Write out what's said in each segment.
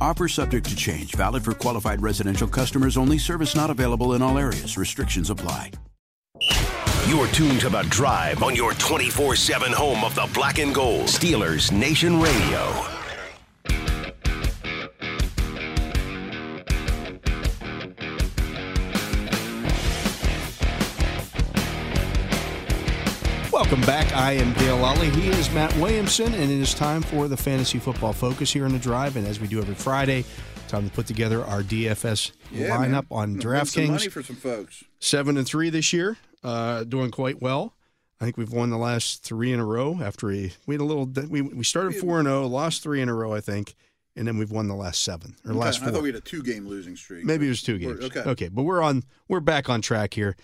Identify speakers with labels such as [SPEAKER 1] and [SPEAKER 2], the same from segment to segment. [SPEAKER 1] Offer subject to change, valid for qualified residential customers only, service not available in all areas. Restrictions apply.
[SPEAKER 2] You're tuned to The Drive on your 24 7 home of the black and gold. Steelers Nation Radio.
[SPEAKER 3] Welcome back. I am Dale Lally. He is Matt Williamson, and it is time for the fantasy football focus here in the drive. And as we do every Friday, time to put together our DFS
[SPEAKER 4] Yeah, man.
[SPEAKER 3] lineup on
[SPEAKER 4] Win Some money
[SPEAKER 3] DraftKings.
[SPEAKER 4] for some folks.
[SPEAKER 3] Seven and three this year, uh, doing quite well. I think we've won the last three in a row. After we we had a little, we we started four and zero, lost three in a row, I think, and then we've won the last seven or last
[SPEAKER 4] Okay, I
[SPEAKER 3] four.
[SPEAKER 4] thought we had a two-game losing streak.
[SPEAKER 3] Maybe it was two
[SPEAKER 4] We're-
[SPEAKER 3] games.
[SPEAKER 4] Okay.
[SPEAKER 3] but we're on. We're back on track here.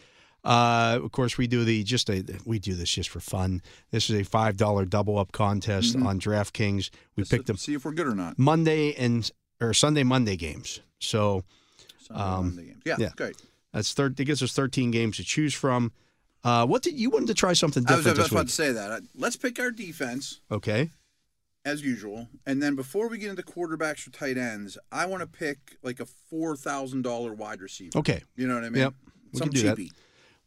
[SPEAKER 3] Uh, of course, we do the just a we do this just for fun. This is a five dollar double up contest
[SPEAKER 4] Mm-hmm.
[SPEAKER 3] on DraftKings. We
[SPEAKER 4] Let's
[SPEAKER 3] picked up
[SPEAKER 4] See if we're good or not.
[SPEAKER 3] Monday and or Sunday Monday games. So
[SPEAKER 4] Sunday, Monday games. Yeah,
[SPEAKER 3] Um, yeah.
[SPEAKER 4] great.
[SPEAKER 3] that's thir- it gives us thirteen games to choose from. Uh, what did you wanted to try something
[SPEAKER 4] I was,
[SPEAKER 3] different
[SPEAKER 4] I was
[SPEAKER 3] this
[SPEAKER 4] about to
[SPEAKER 3] week?
[SPEAKER 4] say that. I- Let's pick our defense
[SPEAKER 3] Okay,
[SPEAKER 4] as usual, and then before we get into quarterbacks or tight ends, I want to pick like a four thousand dollar wide receiver.
[SPEAKER 3] okay.
[SPEAKER 4] You know what I mean?
[SPEAKER 3] Yep, we
[SPEAKER 4] Some
[SPEAKER 3] can do that.
[SPEAKER 4] cheapie.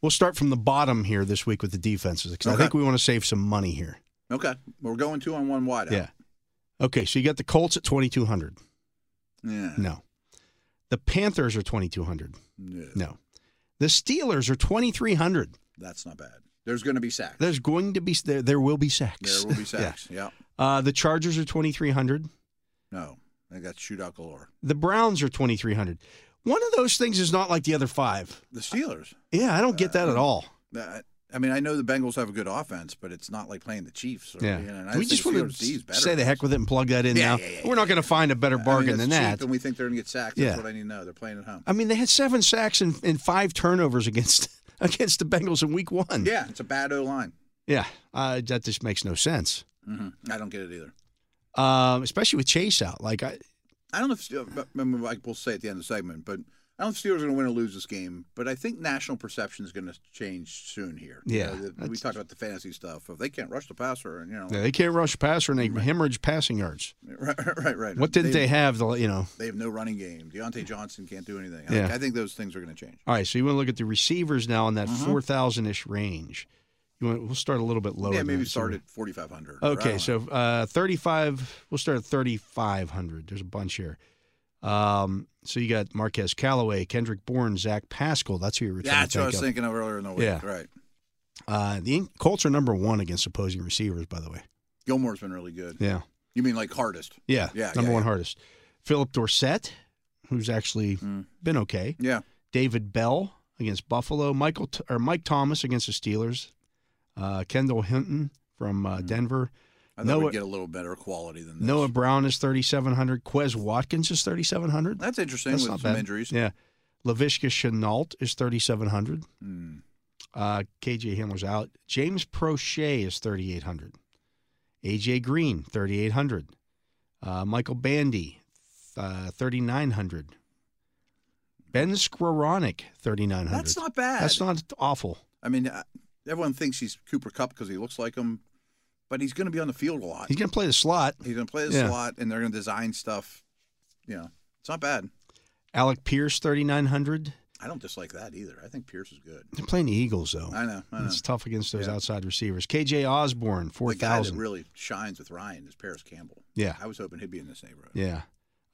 [SPEAKER 3] We'll start from the bottom here this week with the defenses because I
[SPEAKER 4] Okay.
[SPEAKER 3] think we want to save some money here.
[SPEAKER 4] Okay, we're going two on one wideout.
[SPEAKER 3] Yeah. Okay, so you got the Colts at twenty two hundred.
[SPEAKER 4] Yeah.
[SPEAKER 3] No. The Panthers are 2,200.
[SPEAKER 4] No,
[SPEAKER 3] No. The Steelers are 2,300.
[SPEAKER 4] that's not bad. There's going to be sacks.
[SPEAKER 3] There's going to be, there, there will be sacks.
[SPEAKER 4] There will be
[SPEAKER 3] Yeah.
[SPEAKER 4] sacks. yeah.
[SPEAKER 3] Uh, the Chargers are 2,300.
[SPEAKER 4] No, I got shootout galore.
[SPEAKER 3] The Browns are 2,300. One of those things is not like the other five.
[SPEAKER 4] The Steelers.
[SPEAKER 3] Yeah, I don't get that at all.
[SPEAKER 4] Uh, I mean, I know the Bengals have a good offense, but it's not like playing the Chiefs. Or,
[SPEAKER 3] Yeah.
[SPEAKER 4] you know, and I
[SPEAKER 3] Do we
[SPEAKER 4] think
[SPEAKER 3] just
[SPEAKER 4] the
[SPEAKER 3] want
[SPEAKER 4] Steelers' D's
[SPEAKER 3] to
[SPEAKER 4] better.
[SPEAKER 3] say the heck with it and plug that in
[SPEAKER 4] Yeah,
[SPEAKER 3] now?
[SPEAKER 4] yeah, yeah,
[SPEAKER 3] We're not going to find a better bargain
[SPEAKER 4] I mean,
[SPEAKER 3] than
[SPEAKER 4] it's cheap
[SPEAKER 3] that.
[SPEAKER 4] And we think they're going to get sacked. That's
[SPEAKER 3] Yeah.
[SPEAKER 4] what I need to know. They're playing at home.
[SPEAKER 3] I mean, they had seven sacks and, and five turnovers against against the Bengals in week one.
[SPEAKER 4] Yeah, it's a bad O line.
[SPEAKER 3] Yeah, uh, that just makes no sense,
[SPEAKER 4] hmm I don't get it either.
[SPEAKER 3] um, especially with Chase out. Like, I,
[SPEAKER 4] I don't know if Ste- but- I mean, like we'll say at the end of the segment, but I don't know if Steelers are going to win or lose this game. But I think national perception is going to change soon here. You
[SPEAKER 3] Yeah,
[SPEAKER 4] know, the- we
[SPEAKER 3] that's-
[SPEAKER 4] talked about the fantasy stuff. If they can't rush the passer, and you know,
[SPEAKER 3] Yeah, they can't rush a passer and they hemorrhage passing yards.
[SPEAKER 4] right, right, right.
[SPEAKER 3] What didn't they, have? The you know.
[SPEAKER 4] They have no running game. Deontay Johnson can't do anything. I,
[SPEAKER 3] Hmm. Yeah.
[SPEAKER 4] I think those things are going to change.
[SPEAKER 3] All right, so you want to look at the receivers now in that
[SPEAKER 4] Uh-huh.
[SPEAKER 3] four thousand ish range. You want we'll start a little bit lower.
[SPEAKER 4] yeah,
[SPEAKER 3] than
[SPEAKER 4] maybe
[SPEAKER 3] that, Oh, so-
[SPEAKER 4] start at 4,500. or I
[SPEAKER 3] Okay,
[SPEAKER 4] don't know.
[SPEAKER 3] so uh, thirty five. We'll start at thirty five hundred. There's a bunch here. Um, so you got Marquez Callaway, Kendrick Bourne, Zach Pascal. That's who you're trying
[SPEAKER 4] that's
[SPEAKER 3] to
[SPEAKER 4] what I
[SPEAKER 3] think
[SPEAKER 4] was
[SPEAKER 3] of.
[SPEAKER 4] thinking of earlier in the week.
[SPEAKER 3] Yeah.
[SPEAKER 4] Right.
[SPEAKER 3] Uh, the Inc- Colts are number one against opposing receivers, by the way.
[SPEAKER 4] Gilmore's been really good.
[SPEAKER 3] Yeah,
[SPEAKER 4] You mean like hardest?
[SPEAKER 3] yeah,
[SPEAKER 4] Yeah,
[SPEAKER 3] number
[SPEAKER 4] yeah,
[SPEAKER 3] one
[SPEAKER 4] yeah.
[SPEAKER 3] hardest. Philip Dorsett, who's actually
[SPEAKER 4] Mm.
[SPEAKER 3] been okay.
[SPEAKER 4] Yeah.
[SPEAKER 3] David Bell against Buffalo, Michael T- or Mike Thomas against the Steelers, uh, Kendall Hinton from
[SPEAKER 4] Mm.
[SPEAKER 3] uh, Denver,
[SPEAKER 4] I thought
[SPEAKER 3] Noah-
[SPEAKER 4] we'd get a little better quality than this.
[SPEAKER 3] Noah Brown is 3,700, Quez Watkins is 3,700.
[SPEAKER 4] That's interesting
[SPEAKER 3] That's
[SPEAKER 4] with
[SPEAKER 3] not
[SPEAKER 4] some
[SPEAKER 3] bad.
[SPEAKER 4] injuries.
[SPEAKER 3] Yeah, Lavishka Chenault is 3,700.
[SPEAKER 4] Hmm.
[SPEAKER 3] Uh, KJ Hamler's out. James Prochet is 3,800. AJ Green 3,800. Uh, Michael Bandy uh, 3,900. Ben Skowronek 3,900.
[SPEAKER 4] That's not bad.
[SPEAKER 3] That's not awful.
[SPEAKER 4] I mean, uh, everyone thinks he's Cooper Cup because he looks like him, but he's going to be on the field a lot.
[SPEAKER 3] He's going to play the slot.
[SPEAKER 4] He's going to play the
[SPEAKER 3] Yeah.
[SPEAKER 4] slot, and they're going to design stuff. You know, it's not bad.
[SPEAKER 3] Alec Pierce, 3,900.
[SPEAKER 4] I don't dislike that either. I think Pierce is good.
[SPEAKER 3] They're playing the Eagles, though.
[SPEAKER 4] I know. I know.
[SPEAKER 3] It's tough against those
[SPEAKER 4] Yeah.
[SPEAKER 3] outside receivers. KJ Osborne,
[SPEAKER 4] the guy that
[SPEAKER 3] 4,000.
[SPEAKER 4] really shines with Ryan is Paris Campbell.
[SPEAKER 3] yeah.
[SPEAKER 4] I was hoping he'd be in this neighborhood.
[SPEAKER 3] Yeah.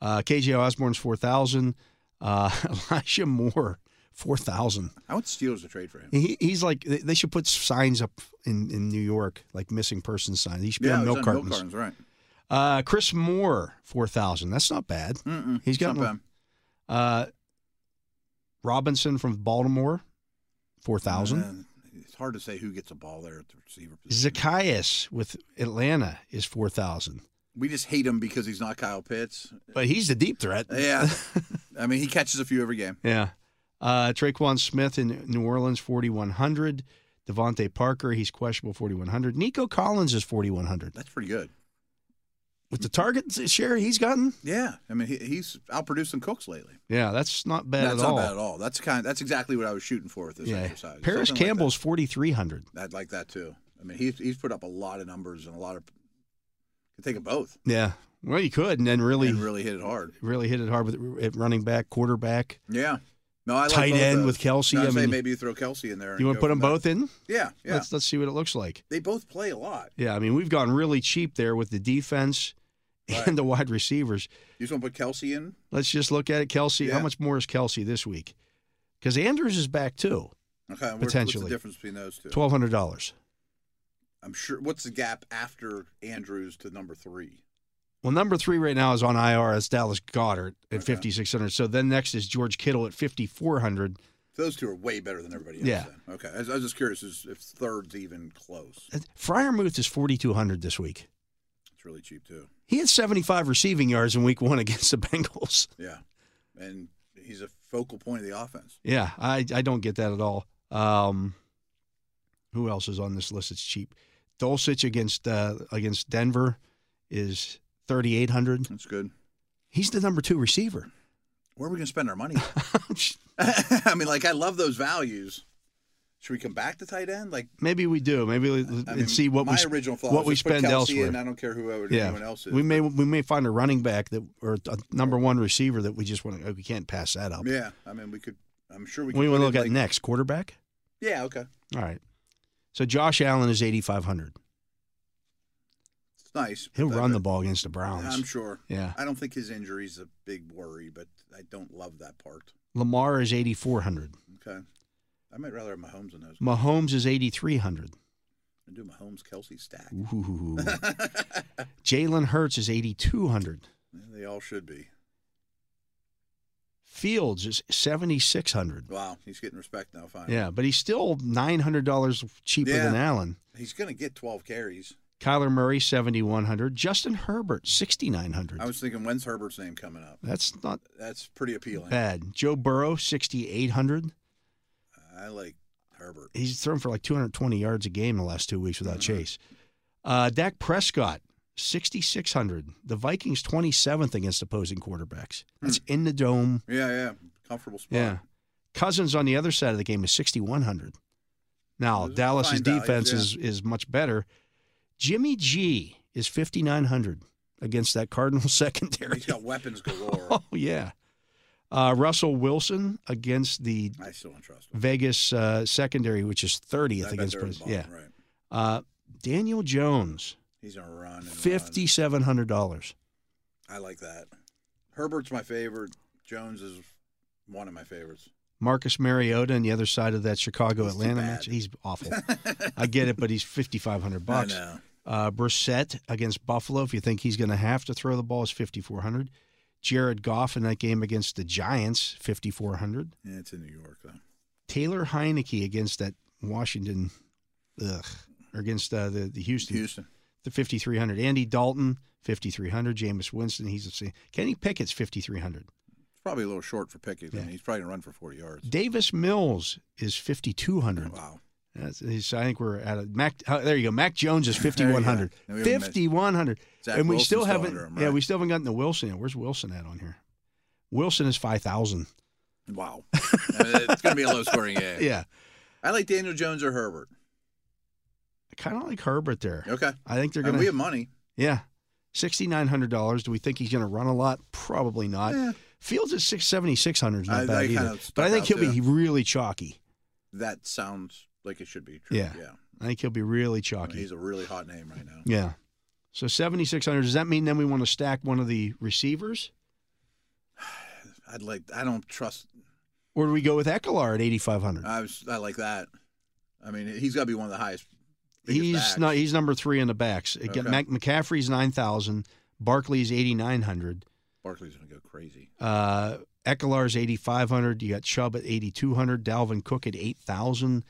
[SPEAKER 3] Uh, KJ Osborne's 4,000. Uh, Elijah Moore, Four thousand.
[SPEAKER 4] I want the Steelers to trade for him.
[SPEAKER 3] He, he's like they they should put signs up in, in New York like missing person signs. He should be
[SPEAKER 4] yeah,
[SPEAKER 3] on
[SPEAKER 4] it was
[SPEAKER 3] milk cartons.
[SPEAKER 4] cartons, right?
[SPEAKER 3] Uh, Chris Moore four thousand. That's not bad.
[SPEAKER 4] Mm-mm,
[SPEAKER 3] He's got
[SPEAKER 4] Not
[SPEAKER 3] more.
[SPEAKER 4] bad.
[SPEAKER 3] Uh, Robinson from Baltimore four thousand.
[SPEAKER 4] Uh, It's hard to say who gets a ball there at the receiver position.
[SPEAKER 3] Zacchaeus with Atlanta is four thousand,
[SPEAKER 4] we just hate him because he's not Kyle Pitts.
[SPEAKER 3] but he's the deep threat.
[SPEAKER 4] Yeah, I mean he catches a few every game.
[SPEAKER 3] Yeah. Uh, Traquan Smith in New Orleans, 4,100. Devontae Parker, he's questionable, 4,100. Nico Collins is 4,100.
[SPEAKER 4] That's pretty good.
[SPEAKER 3] With the target share he's gotten,
[SPEAKER 4] Yeah, I mean he, he's outproducing Cooks lately.
[SPEAKER 3] yeah, that's not bad
[SPEAKER 4] that's
[SPEAKER 3] at
[SPEAKER 4] not
[SPEAKER 3] all.
[SPEAKER 4] bad at all. That's kind. That's exactly what I was shooting for with this
[SPEAKER 3] yeah.
[SPEAKER 4] exercise.
[SPEAKER 3] Paris
[SPEAKER 4] Something like
[SPEAKER 3] Campbell's 4,300.
[SPEAKER 4] that. I'd like that too. I mean he's he's put up a lot of numbers and a lot of. Could take them both
[SPEAKER 3] Yeah. Well, you could, and then really,
[SPEAKER 4] and
[SPEAKER 3] really,
[SPEAKER 4] really hit it hard.
[SPEAKER 3] hit it hard with at running back, quarterback.
[SPEAKER 4] Yeah. No, I like
[SPEAKER 3] Tight
[SPEAKER 4] both
[SPEAKER 3] end
[SPEAKER 4] those.
[SPEAKER 3] with Kelsey,
[SPEAKER 4] No,
[SPEAKER 3] I
[SPEAKER 4] I'd say
[SPEAKER 3] mean-
[SPEAKER 4] maybe you throw Kelsey in there. and
[SPEAKER 3] You want
[SPEAKER 4] go
[SPEAKER 3] to put
[SPEAKER 4] from
[SPEAKER 3] them
[SPEAKER 4] there.
[SPEAKER 3] both in?
[SPEAKER 4] Yeah, yeah.
[SPEAKER 3] Let's let's see what it looks like.
[SPEAKER 4] they both play a lot.
[SPEAKER 3] Yeah, I mean, we've gone really cheap there with the defense
[SPEAKER 4] Right.
[SPEAKER 3] and the wide receivers.
[SPEAKER 4] You just want to put Kelsey in?
[SPEAKER 3] Let's just look at it, Kelsey. How
[SPEAKER 4] Yeah.
[SPEAKER 3] much more is Kelsey this week? Because Andrews is back too,
[SPEAKER 4] Okay. where- What's
[SPEAKER 3] Potentially.
[SPEAKER 4] the difference between those two?
[SPEAKER 3] twelve hundred dollars.
[SPEAKER 4] I'm sure. What's the gap after Andrews to number three?
[SPEAKER 3] Well, number three right now is on IR. It's Dallas Goddard at
[SPEAKER 4] Okay.
[SPEAKER 3] fifty six hundred. So then next is George Kittle at fifty four hundred.
[SPEAKER 4] So those two are way better than everybody else.
[SPEAKER 3] Yeah.
[SPEAKER 4] then. Okay. I was, I was just curious is- if third's even close.
[SPEAKER 3] Fryermuth is forty two hundred this week.
[SPEAKER 4] It's really cheap too.
[SPEAKER 3] He had seventy five receiving yards in week one against the Bengals.
[SPEAKER 4] Yeah. And he's a focal point of the offense.
[SPEAKER 3] Yeah, I I don't get that at all. Um, who else is on this list? It's cheap. Dulcich against uh, against Denver is thirty eight hundred.
[SPEAKER 4] That's good.
[SPEAKER 3] He's the number two receiver.
[SPEAKER 4] Where are we going to spend our money? I mean, like I love those values. Should we come back to tight end? Like
[SPEAKER 3] Maybe we do. Maybe we,
[SPEAKER 4] I
[SPEAKER 3] and
[SPEAKER 4] mean,
[SPEAKER 3] see what
[SPEAKER 4] my
[SPEAKER 3] we sp-
[SPEAKER 4] original thought
[SPEAKER 3] what
[SPEAKER 4] was
[SPEAKER 3] we
[SPEAKER 4] just put
[SPEAKER 3] spend
[SPEAKER 4] Kelsey
[SPEAKER 3] elsewhere.
[SPEAKER 4] In, I don't care who
[SPEAKER 3] yeah,
[SPEAKER 4] anyone else is.
[SPEAKER 3] we may we may find a running back that or a number one receiver that we just want to. We can't pass that up.
[SPEAKER 4] yeah, I mean, we could. I'm sure we.
[SPEAKER 3] we
[SPEAKER 4] could
[SPEAKER 3] want to
[SPEAKER 4] put in,
[SPEAKER 3] look at
[SPEAKER 4] like-
[SPEAKER 3] next quarterback.
[SPEAKER 4] Yeah, okay.
[SPEAKER 3] All right. So Josh Allen is eighty five hundred.
[SPEAKER 4] It's nice.
[SPEAKER 3] He'll
[SPEAKER 4] but-
[SPEAKER 3] run
[SPEAKER 4] but
[SPEAKER 3] the ball against the Browns.
[SPEAKER 4] I'm sure.
[SPEAKER 3] yeah,
[SPEAKER 4] I don't think his injury's a big worry, but I don't love that part.
[SPEAKER 3] Lamar is eighty four hundred.
[SPEAKER 4] Okay. I might rather have Mahomes in those.
[SPEAKER 3] Mahomes is eighty three hundred.
[SPEAKER 4] I do Mahomes Kelsey stack.
[SPEAKER 3] Ooh. Jalen Hurts is eighty two hundred.
[SPEAKER 4] They all should be.
[SPEAKER 3] Fields is seventy six hundred.
[SPEAKER 4] Wow, he's getting respect now. Finally.
[SPEAKER 3] Yeah, but he's still nine hundred dollars cheaper
[SPEAKER 4] Yeah.
[SPEAKER 3] than Allen.
[SPEAKER 4] He's gonna get 12 carries.
[SPEAKER 3] Kyler Murray, 7,100. Justin Herbert, 6,900.
[SPEAKER 4] I was thinking, when's Herbert's name coming up?
[SPEAKER 3] That's not
[SPEAKER 4] That's pretty appealing.
[SPEAKER 3] bad. Joe Burrow, 6,800.
[SPEAKER 4] I like Herbert.
[SPEAKER 3] He's thrown for like 220 yards a game the last two weeks
[SPEAKER 4] Uh-huh.
[SPEAKER 3] without Chase. Uh, Dak Prescott, 6,600. The Vikings, 27th against opposing quarterbacks. That's in the dome.
[SPEAKER 4] Yeah, Hmm. yeah, comfortable spot.
[SPEAKER 3] Yeah. Cousins on the other side of the game is 6,100. Now,
[SPEAKER 4] Those are
[SPEAKER 3] Dallas's
[SPEAKER 4] fine values,
[SPEAKER 3] defense
[SPEAKER 4] yeah.
[SPEAKER 3] is, is much better. Jimmy G is 5,900 against that Cardinals secondary.
[SPEAKER 4] He's got weapons galore.
[SPEAKER 3] Oh yeah, uh, Russell Wilson against the
[SPEAKER 4] I still don't trust him.
[SPEAKER 3] Vegas uh, secondary, which is
[SPEAKER 4] I
[SPEAKER 3] thirtieth
[SPEAKER 4] bet
[SPEAKER 3] against
[SPEAKER 4] they're in the
[SPEAKER 3] Pres-
[SPEAKER 4] bottom,
[SPEAKER 3] yeah.
[SPEAKER 4] right.
[SPEAKER 3] Uh, Daniel Jones,
[SPEAKER 4] He's gonna run and run.
[SPEAKER 3] fifty seven hundred dollars.
[SPEAKER 4] I like that. Herbert's my favorite. Jones is one of my favorites.
[SPEAKER 3] Marcus Mariota on the other side of that Chicago
[SPEAKER 4] He's too
[SPEAKER 3] Atlanta
[SPEAKER 4] bad.
[SPEAKER 3] match. He's awful. I get it, but he's fifty five hundred bucks.
[SPEAKER 4] I know.
[SPEAKER 3] Uh, Brissett against Buffalo. If you think he's going to have to throw the ball, is fifty four hundred. Jared Goff in that game against the Giants, fifty four hundred.
[SPEAKER 4] Yeah, it's in New York though.
[SPEAKER 3] Taylor Heineke against that Washington, ugh, or against uh, the the Houston,
[SPEAKER 4] Houston.
[SPEAKER 3] the fifty three hundred. Andy Dalton fifty three hundred. Jameis Winston, he's the same. Kenny Pickett's fifty three hundred.
[SPEAKER 4] It's probably a little short for Pickett. I mean, he's probably gonna run for 40 yards.
[SPEAKER 3] Davis Mills is fifty two hundred.
[SPEAKER 4] Wow.
[SPEAKER 3] That's, he's, I think we're at a Mac. oh, there you go. Mac Jones is fifty
[SPEAKER 4] you go.
[SPEAKER 3] one hundred.
[SPEAKER 4] And we haven't
[SPEAKER 3] Fifty one hundred.
[SPEAKER 4] Zach
[SPEAKER 3] and we
[SPEAKER 4] Wilson's
[SPEAKER 3] still
[SPEAKER 4] still
[SPEAKER 3] haven't.
[SPEAKER 4] under him,
[SPEAKER 3] Yeah,
[SPEAKER 4] right?
[SPEAKER 3] we still haven't gotten to Wilson yet. Where's Wilson at on here? Wilson is five thousand.
[SPEAKER 4] Wow. I mean, it's gonna be a low scoring game.
[SPEAKER 3] Yeah,
[SPEAKER 4] I like Daniel Jones or Herbert.
[SPEAKER 3] I kind of like Herbert there.
[SPEAKER 4] Okay.
[SPEAKER 3] I think they're
[SPEAKER 4] And
[SPEAKER 3] going
[SPEAKER 4] we
[SPEAKER 3] to.
[SPEAKER 4] have money.
[SPEAKER 3] Yeah. Sixty nine hundred dollars. Do we think he's going to run a lot? Probably not.
[SPEAKER 4] Eh.
[SPEAKER 3] Fields at six seventy six hundred is
[SPEAKER 4] I-
[SPEAKER 3] not
[SPEAKER 4] I
[SPEAKER 3] bad
[SPEAKER 4] kinda
[SPEAKER 3] either.
[SPEAKER 4] stuck
[SPEAKER 3] But I think he'll
[SPEAKER 4] out,
[SPEAKER 3] be
[SPEAKER 4] yeah.
[SPEAKER 3] really chalky.
[SPEAKER 4] That sounds like it should be true.
[SPEAKER 3] Yeah.
[SPEAKER 4] yeah.
[SPEAKER 3] I think he'll be really
[SPEAKER 4] I mean,
[SPEAKER 3] chalky.
[SPEAKER 4] he's a really hot name right now.
[SPEAKER 3] yeah. So seventy six hundred. Does that mean then we want to stack one of the receivers
[SPEAKER 4] I'd like. I don't trust.
[SPEAKER 3] Or do we go with Eckler at 8,500?
[SPEAKER 4] I was I like that. I mean, he's got to be one of the highest. biggest
[SPEAKER 3] He's
[SPEAKER 4] backs.
[SPEAKER 3] not. He's number three in the backs. Again,
[SPEAKER 4] Okay.
[SPEAKER 3] Mac, McCaffrey's nine thousand. Barkley's eighty nine hundred.
[SPEAKER 4] Barkley's going to go crazy.
[SPEAKER 3] Uh, Ekelar's eighty five hundred. You got Chubb at eighty two hundred. Dalvin Cook at eight thousand.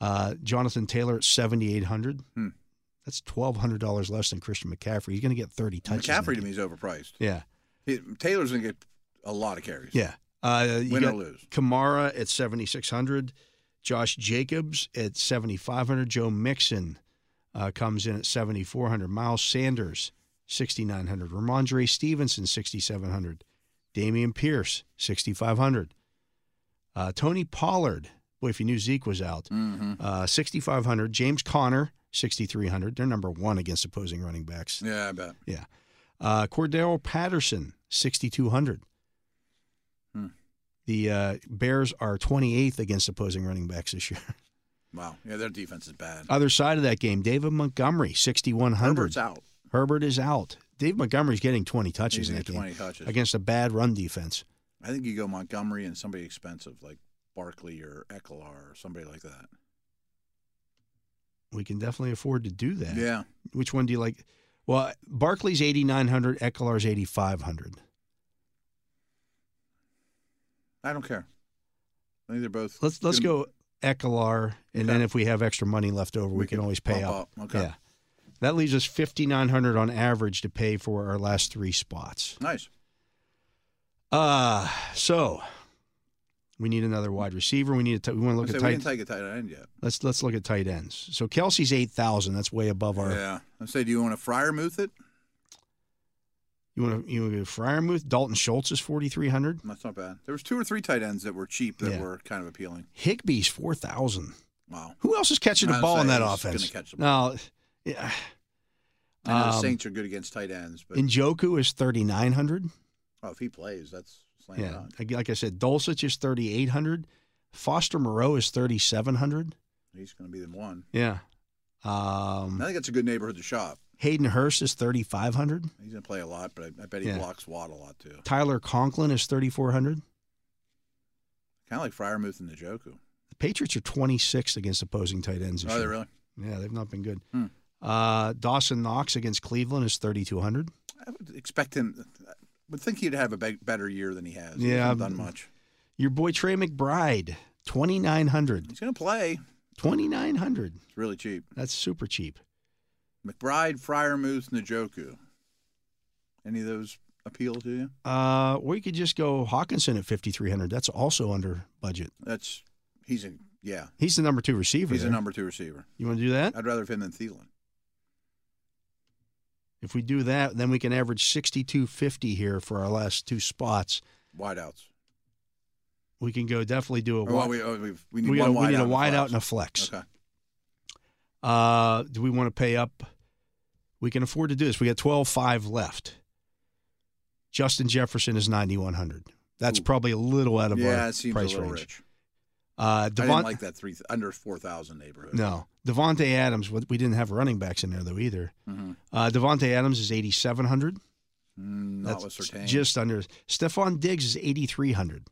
[SPEAKER 3] Uh, Jonathan Taylor at seventy eight hundred.
[SPEAKER 4] Hmm.
[SPEAKER 3] That's twelve hundred dollars less than Christian McCaffrey. He's going to get thirty touches. in
[SPEAKER 4] McCaffrey
[SPEAKER 3] that
[SPEAKER 4] to me is overpriced.
[SPEAKER 3] game. Yeah,
[SPEAKER 4] He, Taylor's going to get a lot of carries.
[SPEAKER 3] yeah. Uh, you
[SPEAKER 4] Win or
[SPEAKER 3] got
[SPEAKER 4] lose.
[SPEAKER 3] Kamara at seventy six hundred. Josh Jacobs at seventy five hundred. Joe Mixon uh, comes in at 7,400. Miles Sanders, 6,900. Ramondre Stevenson, 6,700. Damian Pierce, 6,500. Uh, Tony Pollard, boy, if you knew Zeke was out, uh, 6,500. James Conner, 6,300. They're number one against opposing running backs.
[SPEAKER 4] Yeah, I bet.
[SPEAKER 3] Yeah. Uh, Cordero Patterson, 6,200.
[SPEAKER 4] Hmm.
[SPEAKER 3] The uh, Bears are 28th against opposing running backs this year.
[SPEAKER 4] Wow. Yeah, their defense is bad.
[SPEAKER 3] Other side of that game, David Montgomery, 6,100.
[SPEAKER 4] Herbert's out.
[SPEAKER 3] Herbert is out. Dave Montgomery's getting 20 touches
[SPEAKER 4] He's
[SPEAKER 3] in
[SPEAKER 4] going
[SPEAKER 3] that
[SPEAKER 4] to
[SPEAKER 3] game
[SPEAKER 4] get 20 touches.
[SPEAKER 3] against a bad run defense.
[SPEAKER 4] I think you go Montgomery and somebody expensive like Barkley or Ekelar or somebody like that.
[SPEAKER 3] We can definitely afford to do that.
[SPEAKER 4] Yeah.
[SPEAKER 3] Which one do you like? Well, Barkley's 8,900, Eckler's 8,500.
[SPEAKER 4] I don't care. I think they're both.
[SPEAKER 3] Let's let's
[SPEAKER 4] gonna
[SPEAKER 3] go Eckler, and
[SPEAKER 4] Okay.
[SPEAKER 3] then if we have extra money left over, we,
[SPEAKER 4] We
[SPEAKER 3] can,
[SPEAKER 4] can
[SPEAKER 3] always pay
[SPEAKER 4] bump
[SPEAKER 3] up.
[SPEAKER 4] up. Okay.
[SPEAKER 3] Yeah. That leaves us 5,900 on average to pay for our last three spots.
[SPEAKER 4] Nice.
[SPEAKER 3] Uh, so we need another wide receiver. We need to, we want to look
[SPEAKER 4] I say,
[SPEAKER 3] at
[SPEAKER 4] we
[SPEAKER 3] tight.
[SPEAKER 4] didn't take a tight end yet.
[SPEAKER 3] let's let's look at tight ends. So Kelsey's 8,000. That's way above our
[SPEAKER 4] Yeah. I say, do you want to Fryermuth it?
[SPEAKER 3] You want to you want to go Fryermuth? Dalton Schultz is forty three hundred.
[SPEAKER 4] That's not bad. There was two or three tight ends that were cheap that
[SPEAKER 3] Yeah.
[SPEAKER 4] were kind of appealing.
[SPEAKER 3] Higby's four thousand.
[SPEAKER 4] Wow.
[SPEAKER 3] Who else is catching the
[SPEAKER 4] I'd
[SPEAKER 3] ball in
[SPEAKER 4] say
[SPEAKER 3] that
[SPEAKER 4] he's gonna
[SPEAKER 3] offense?
[SPEAKER 4] catch the
[SPEAKER 3] no, yeah.
[SPEAKER 4] I know the
[SPEAKER 3] Um,
[SPEAKER 4] Saints are good against tight ends, but
[SPEAKER 3] Njoku is thirty nine hundred.
[SPEAKER 4] oh, if he plays, that's slam
[SPEAKER 3] Yeah,
[SPEAKER 4] dunk.
[SPEAKER 3] like I said, Dulcich is thirty eight hundred. Foster Moreau is thirty seven hundred.
[SPEAKER 4] He's going to be the one.
[SPEAKER 3] Yeah.
[SPEAKER 4] I
[SPEAKER 3] Um,
[SPEAKER 4] think that's a good neighborhood to shop.
[SPEAKER 3] Hayden Hurst is thirty five hundred.
[SPEAKER 4] He's going to play a lot, but I, I bet he
[SPEAKER 3] Yeah.
[SPEAKER 4] blocks Watt a lot too.
[SPEAKER 3] Tyler Conklin is thirty four hundred.
[SPEAKER 4] Kind of like Fryermuth and Njoku.
[SPEAKER 3] The Patriots are twenty sixth against opposing tight ends. this
[SPEAKER 4] Are they
[SPEAKER 3] year.
[SPEAKER 4] really?
[SPEAKER 3] Yeah, they've not been good.
[SPEAKER 4] Hmm.
[SPEAKER 3] Uh, Dawson Knox against Cleveland is thirty two hundred.
[SPEAKER 4] I would expect him. I would think he'd have a be- better year than he has. He
[SPEAKER 3] Yeah,
[SPEAKER 4] hasn't
[SPEAKER 3] I'm-
[SPEAKER 4] done much.
[SPEAKER 3] Your boy Trey McBride, 2900
[SPEAKER 4] He's going to play.
[SPEAKER 3] 2900
[SPEAKER 4] It's really cheap.
[SPEAKER 3] That's super cheap.
[SPEAKER 4] McBride, Fryermuth, Njoku. Any of those appeal to you?
[SPEAKER 3] Uh, or you could just go Hawkinson at 5300 That's also under budget.
[SPEAKER 4] That's he's in. Yeah,
[SPEAKER 3] He's the number two receiver.
[SPEAKER 4] he's a
[SPEAKER 3] there.
[SPEAKER 4] number two receiver.
[SPEAKER 3] you want to do that?
[SPEAKER 4] I'd rather have him than Thielen.
[SPEAKER 3] If we do that, then we can average 6250 here for our last two spots.
[SPEAKER 4] Wideouts.
[SPEAKER 3] We can go definitely do a
[SPEAKER 4] Or,
[SPEAKER 3] wi-
[SPEAKER 4] well, we, oh, we, we need
[SPEAKER 3] we,
[SPEAKER 4] one
[SPEAKER 3] gotta- we need a wide out and a
[SPEAKER 4] flex.
[SPEAKER 3] flex.
[SPEAKER 4] Okay.
[SPEAKER 3] Uh, do we want to pay up? We can afford to do this. We got 12 5 left. Justin Jefferson is 9,100. That's
[SPEAKER 4] Ooh.
[SPEAKER 3] probably a little out of
[SPEAKER 4] Yeah,
[SPEAKER 3] our
[SPEAKER 4] it seems a
[SPEAKER 3] price
[SPEAKER 4] little
[SPEAKER 3] range.
[SPEAKER 4] rich.
[SPEAKER 3] Uh,
[SPEAKER 4] I didn't
[SPEAKER 3] Devon-
[SPEAKER 4] like that three under four thousand neighborhood.
[SPEAKER 3] no. Devontae Adams, what- we didn't have running backs in there, though, either.
[SPEAKER 4] Mhm.
[SPEAKER 3] Uh, Devontae Adams is 8,700.
[SPEAKER 4] Mm, not with
[SPEAKER 3] That's
[SPEAKER 4] Sertain.
[SPEAKER 3] just under. Stephon Diggs is 8,300.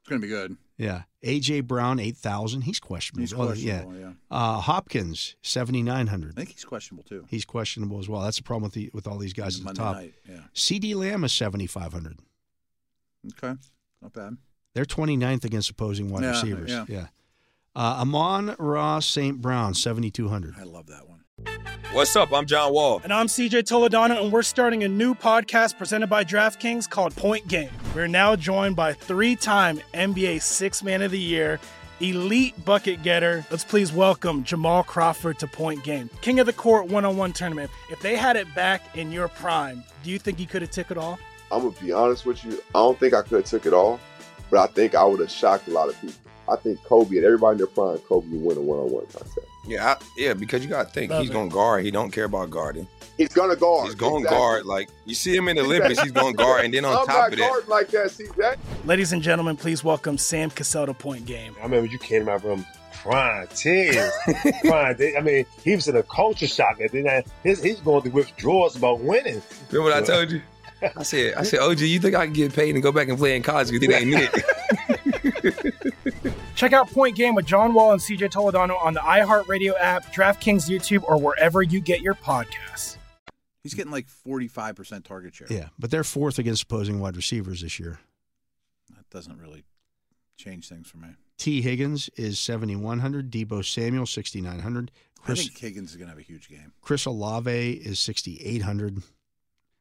[SPEAKER 4] it's going to be good.
[SPEAKER 3] Yeah. A.J. Brown, 8,000. He's questionable.
[SPEAKER 4] He's
[SPEAKER 3] Oh,
[SPEAKER 4] questionable.
[SPEAKER 3] yeah.
[SPEAKER 4] yeah.
[SPEAKER 3] Uh, Hopkins,
[SPEAKER 4] I
[SPEAKER 3] 7,900.
[SPEAKER 4] think he's questionable too.
[SPEAKER 3] He's questionable as well. That's the problem with, the, with all these guys at the
[SPEAKER 4] Monday
[SPEAKER 3] top.
[SPEAKER 4] night. Yeah.
[SPEAKER 3] CD Lamb is 7,500.
[SPEAKER 4] Okay. Not bad.
[SPEAKER 3] They're 29th against opposing wide
[SPEAKER 4] Yeah,
[SPEAKER 3] receivers.
[SPEAKER 4] yeah.
[SPEAKER 3] Uh, Amon Ross St. Brown, 7,200.
[SPEAKER 4] I love that one.
[SPEAKER 5] What's up? I'm John Wall.
[SPEAKER 6] And I'm CJ Toledano, and we're starting a new podcast presented by DraftKings called Point Game. We're now joined by three time NBA Six Man of the Year, elite bucket getter. Let's please welcome Jamal Crawford to Point Game, King of the Court one on one tournament. If they had it back in your prime, do you think he could have took it all?
[SPEAKER 7] I'm gonna be honest with you. I don't think I could have took it all, but I think I would have shocked a lot of people. I think Kobe and everybody in their prime, Kobe would win a one-on-one contest.
[SPEAKER 5] Yeah, I, yeah, because you gotta think
[SPEAKER 6] Love
[SPEAKER 5] he's
[SPEAKER 6] it.
[SPEAKER 5] gonna guard. He don't care about guarding.
[SPEAKER 7] He's gonna guard.
[SPEAKER 5] He's gonna
[SPEAKER 7] Exactly.
[SPEAKER 5] guard. Like you see him in the
[SPEAKER 7] Exactly.
[SPEAKER 5] Olympics, he's gonna guard, and then on
[SPEAKER 7] I'm
[SPEAKER 5] top
[SPEAKER 7] not
[SPEAKER 5] of that,
[SPEAKER 7] guarding like that. See that?
[SPEAKER 6] Ladies and gentlemen, please welcome Sam Cassell to Point Game.
[SPEAKER 8] I remember you came to my room crying tears, crying. tears. I mean, he was in a culture shock, and then I, his, he's going through withdrawals about winning.
[SPEAKER 5] remember what I told you? I said, I said, OG, you think I can get paid and go back and play in college? Because it ain't it.
[SPEAKER 6] Check out Point Game with John Wall and CJ Toledano on the iHeartRadio app, DraftKings YouTube, or wherever you get your podcasts.
[SPEAKER 4] He's getting like 45% target share.
[SPEAKER 3] Yeah, but they're fourth against opposing wide receivers this year.
[SPEAKER 4] That doesn't really change things for me.
[SPEAKER 3] T. Higgins is 7,100. Debo Samuel, 6,900.
[SPEAKER 4] I
[SPEAKER 3] Chris,
[SPEAKER 4] think Higgins is going to have a huge game.
[SPEAKER 3] Chris Olave is 6,800.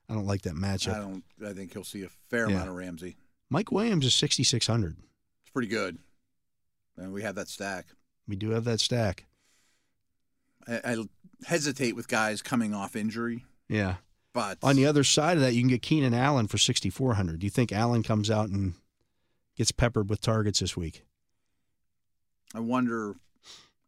[SPEAKER 3] I don't like that
[SPEAKER 4] I
[SPEAKER 3] matchup.
[SPEAKER 4] don't. I think he'll see a fair
[SPEAKER 3] Yeah.
[SPEAKER 4] amount of Ramsey.
[SPEAKER 3] Mike Williams is 6,600.
[SPEAKER 4] It's pretty good, and we have that stack.
[SPEAKER 3] We do have that stack.
[SPEAKER 4] I, I hesitate with guys coming off injury,
[SPEAKER 3] Yeah.
[SPEAKER 4] but
[SPEAKER 3] On the other side of that, you can get Keenan Allen for 6,400. Do you think Allen comes out and gets peppered with targets this week?
[SPEAKER 4] I wonder.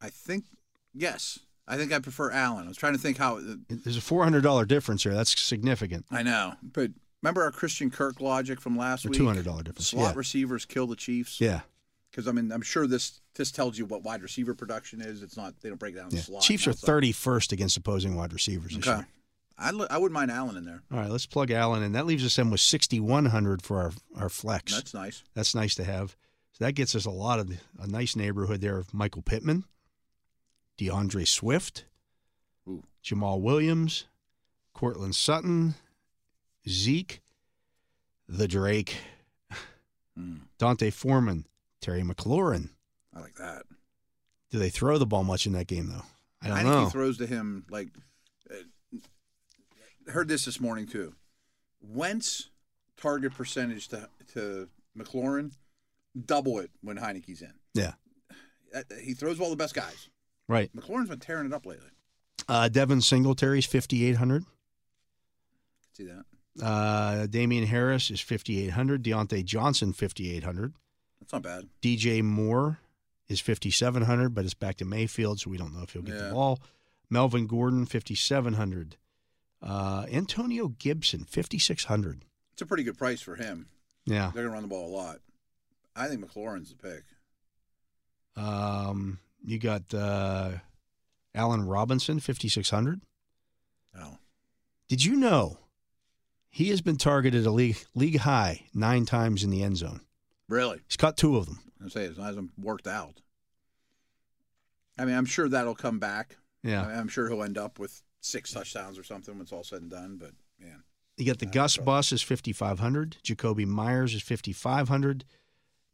[SPEAKER 4] I think yes. I think I prefer Allen. I was trying to think how.
[SPEAKER 3] There's a $400 difference here. That's significant.
[SPEAKER 4] I know, but remember our Christian Kirk logic from last
[SPEAKER 3] Or
[SPEAKER 4] week.
[SPEAKER 3] $200 difference.
[SPEAKER 4] Slot
[SPEAKER 3] yeah.
[SPEAKER 4] receivers kill the Chiefs.
[SPEAKER 3] yeah.
[SPEAKER 4] Because I mean, I'm sure this this tells you what wide receiver production is. It's not they don't break down
[SPEAKER 3] yeah.
[SPEAKER 4] the slot.
[SPEAKER 3] Chiefs are
[SPEAKER 4] outside.
[SPEAKER 3] 31st against opposing wide receivers this
[SPEAKER 4] Okay.
[SPEAKER 3] year.
[SPEAKER 4] I li- I wouldn't mind Allen in there.
[SPEAKER 3] All right, let's plug Allen in. That leaves us in with 6,100 for our, our flex.
[SPEAKER 4] That's nice.
[SPEAKER 3] That's nice to have. So that gets us a lot of a nice neighborhood there of Michael Pittman, DeAndre Swift,
[SPEAKER 4] Ooh.
[SPEAKER 3] Jamal Williams, Cortland Sutton, Zeke, the Drake,
[SPEAKER 4] Mm,
[SPEAKER 3] Dante Foreman, Terry McLaurin.
[SPEAKER 4] I like that.
[SPEAKER 3] Do they throw the ball much in that game though? I don't
[SPEAKER 4] think
[SPEAKER 3] know.
[SPEAKER 4] he throws to him like. Uh, heard this this morning too. Wentz target percentage to to McLaurin, double it when Heineke's in.
[SPEAKER 3] yeah,
[SPEAKER 4] Uh, he throws all the best guys.
[SPEAKER 3] right.
[SPEAKER 4] McLaurin's been tearing it up lately.
[SPEAKER 3] Uh, Devin Singletary's 5,800.
[SPEAKER 4] See that?
[SPEAKER 3] Uh, Damian Harris is 5,800. Deontay Johnson 5,800.
[SPEAKER 4] That's not bad.
[SPEAKER 3] DJ Moore is 5,700, but it's back to Mayfield, so we don't know if he'll get
[SPEAKER 4] Yeah.
[SPEAKER 3] the ball. Melvin Gordon, 5,700. Uh, Antonio Gibson, 5,600.
[SPEAKER 4] It's a pretty good price for him.
[SPEAKER 3] Yeah.
[SPEAKER 4] They're gonna run the ball a lot. I think McLaurin's the pick.
[SPEAKER 3] Um, you got uh, Allen Robinson, 5,600.
[SPEAKER 4] Oh,
[SPEAKER 3] Did you know he has been targeted a league, league high nine times in the end zone?
[SPEAKER 4] really?
[SPEAKER 3] He's caught two of them.
[SPEAKER 4] I say as long as I'm worked out. I mean, I'm sure that'll come back.
[SPEAKER 3] Yeah.
[SPEAKER 4] I am sure he'll end up with six touchdowns or something when it's all said and done. But man,
[SPEAKER 3] You got the
[SPEAKER 4] Uh,
[SPEAKER 3] Gus
[SPEAKER 4] so-
[SPEAKER 3] Bus is 5,500. Jacoby Myers is 5,500.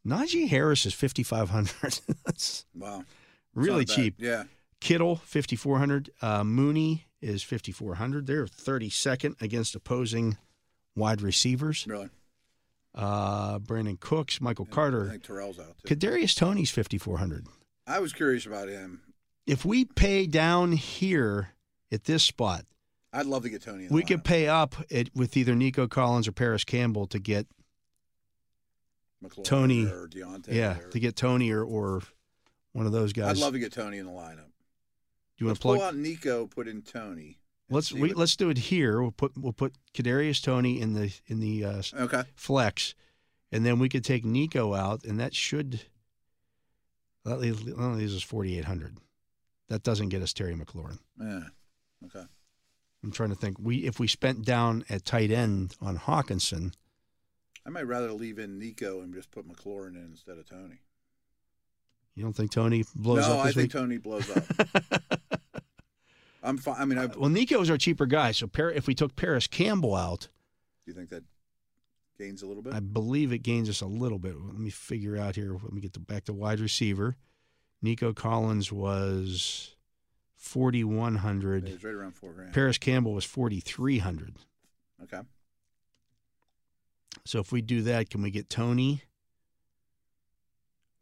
[SPEAKER 3] Najee Harris is 5,500. That's
[SPEAKER 4] wow, it's
[SPEAKER 3] really
[SPEAKER 4] not bad.
[SPEAKER 3] cheap.
[SPEAKER 4] Yeah,
[SPEAKER 3] Kittle, 5,400. Uh, Mooney is 5,400. They're 32nd against opposing wide receivers.
[SPEAKER 4] really.
[SPEAKER 3] Uh, Brandon Cooks, Michael
[SPEAKER 4] I
[SPEAKER 3] Carter.
[SPEAKER 4] think Terrell's out too.
[SPEAKER 3] Kadarius Tony's 5,400.
[SPEAKER 4] I was curious about him.
[SPEAKER 3] If we pay down here at this spot,
[SPEAKER 4] I'd love to get Tony. In the
[SPEAKER 3] we could
[SPEAKER 4] lineup.
[SPEAKER 3] pay up it with either Nico Collins or Paris Campbell to get
[SPEAKER 4] McLaurin
[SPEAKER 3] Tony-
[SPEAKER 4] or Deontay.
[SPEAKER 3] Yeah,
[SPEAKER 4] or-
[SPEAKER 3] to get Tony or, or one of those guys.
[SPEAKER 4] I'd love to get Tony in the lineup.
[SPEAKER 3] Do you want
[SPEAKER 4] Let's
[SPEAKER 3] to plug?
[SPEAKER 4] pull out Nico, put in Tony. and
[SPEAKER 3] let's
[SPEAKER 4] see
[SPEAKER 3] we,
[SPEAKER 4] what-
[SPEAKER 3] let's do it here. We'll put we'll put Kadarius Tony in the in the uh, s-
[SPEAKER 4] Okay,
[SPEAKER 3] flex, and then we could take Nico out, and that should that leaves, that leaves us forty eight hundred. That doesn't get us Terry McLaurin.
[SPEAKER 4] yeah, okay.
[SPEAKER 3] I'm trying to think. We if we spent down at tight end on Hawkinson,
[SPEAKER 4] I might rather leave in Nico and just put McLaurin in instead of Tony.
[SPEAKER 3] you don't think Tony blows
[SPEAKER 4] no,
[SPEAKER 3] up
[SPEAKER 4] I
[SPEAKER 3] this
[SPEAKER 4] think
[SPEAKER 3] week?
[SPEAKER 4] Tony blows up. I'm fine. I mean, I, do
[SPEAKER 3] well, Nico's our cheaper guy, so Par- if we took Paris Campbell out,
[SPEAKER 4] you think that gains a little bit?
[SPEAKER 3] I believe it gains us a little bit. Let me figure out here. Let me get the, back to wide receiver. Nico Collins was
[SPEAKER 4] It
[SPEAKER 3] 4,100.
[SPEAKER 4] was right around four grand.
[SPEAKER 3] Paris Campbell was 4,300.
[SPEAKER 4] Okay.
[SPEAKER 3] So if we do that, can we get Tony?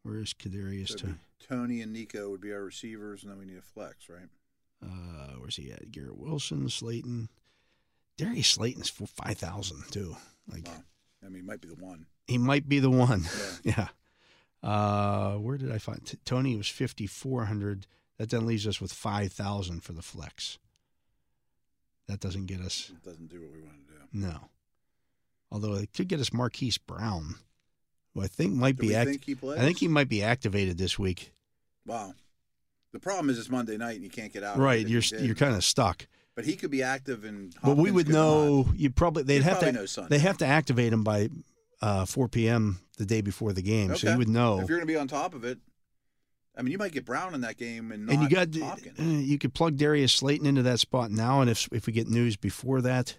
[SPEAKER 3] Where is Kadarius
[SPEAKER 4] So it'd
[SPEAKER 3] Tony?
[SPEAKER 4] be Tony and Nico would be our receivers, and then we need a flex, right?
[SPEAKER 3] Uh, where's he at? Garrett Wilson, Slayton. Darius Slayton's for 5,000 too. Like
[SPEAKER 4] Wow. I mean, might be the one.
[SPEAKER 3] he might be the one.
[SPEAKER 4] Yeah.
[SPEAKER 3] yeah. Uh, where did I find T- Tony was fifty four hundred. That then leaves us with five thousand for the flex. That doesn't get us
[SPEAKER 4] It doesn't do what we want to do.
[SPEAKER 3] no. Although it could get us Marquise Brown, who I think might
[SPEAKER 4] Do
[SPEAKER 3] be
[SPEAKER 4] we
[SPEAKER 3] act-
[SPEAKER 4] think he plays?
[SPEAKER 3] I think he might be activated this week.
[SPEAKER 4] Wow. The problem is it's Monday night and you can't get out.
[SPEAKER 3] right,
[SPEAKER 4] If
[SPEAKER 3] you're
[SPEAKER 4] he
[SPEAKER 3] st-
[SPEAKER 4] did.
[SPEAKER 3] you're kind of stuck.
[SPEAKER 4] But he could be active and.
[SPEAKER 3] but we
[SPEAKER 4] Hopkins
[SPEAKER 3] would
[SPEAKER 4] could
[SPEAKER 3] know. You probably they'd
[SPEAKER 4] He'd
[SPEAKER 3] have
[SPEAKER 4] probably
[SPEAKER 3] to
[SPEAKER 4] know Sunday.
[SPEAKER 3] they have to activate him by uh, four p.m. the day before the game, so
[SPEAKER 4] Okay.
[SPEAKER 3] you would know.
[SPEAKER 4] If you're going to be on top of it, I mean, you might get Brown in that game and not
[SPEAKER 3] And you got
[SPEAKER 4] Hopkins.
[SPEAKER 3] uh, you could plug Darius Slayton into that spot now, and if if we get news before that,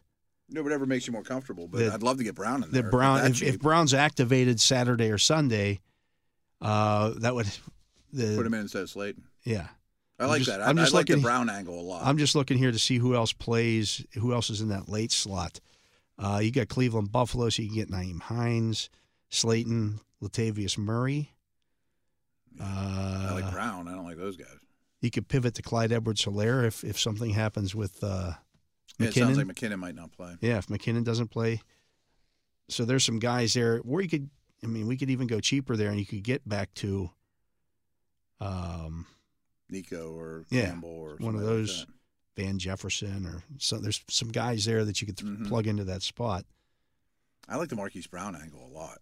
[SPEAKER 4] no, whatever makes you more comfortable. But
[SPEAKER 3] That-
[SPEAKER 4] I'd love to get Brown in there.
[SPEAKER 3] that Brown
[SPEAKER 4] that
[SPEAKER 3] if, if
[SPEAKER 4] cheap.
[SPEAKER 3] Brown's activated Saturday or Sunday, uh, that would the
[SPEAKER 4] put him in instead of Slayton.
[SPEAKER 3] yeah.
[SPEAKER 4] I
[SPEAKER 3] I'm
[SPEAKER 4] like
[SPEAKER 3] just-
[SPEAKER 4] that. I,
[SPEAKER 3] I'm
[SPEAKER 4] I
[SPEAKER 3] just
[SPEAKER 4] like the
[SPEAKER 3] looking-
[SPEAKER 4] Brown angle a lot.
[SPEAKER 3] I'm just looking here to see who else plays, who else is in that late slot. Uh, you got Cleveland Buffalo, so you can get Naeem Hines, Slayton, Latavius Murray. Uh,
[SPEAKER 4] I like Brown. I don't like those guys.
[SPEAKER 3] you could pivot to Clyde Edwards Hilaire if, if something happens with uh,
[SPEAKER 4] Yeah,
[SPEAKER 3] McKinnon.
[SPEAKER 4] it sounds like McKinnon might not play.
[SPEAKER 3] yeah, if McKinnon doesn't play. So there's some guys there. Or you could, I mean, we could even go cheaper there and you could get back to um,
[SPEAKER 4] Nico or
[SPEAKER 3] Yeah,
[SPEAKER 4] Campbell or
[SPEAKER 3] one of
[SPEAKER 4] somebody like
[SPEAKER 3] those.
[SPEAKER 4] that.
[SPEAKER 3] Van Jefferson or so. There's some guys there that you could th-
[SPEAKER 4] Mhm.
[SPEAKER 3] plug into that spot.
[SPEAKER 4] I like the Marquise Brown angle a lot.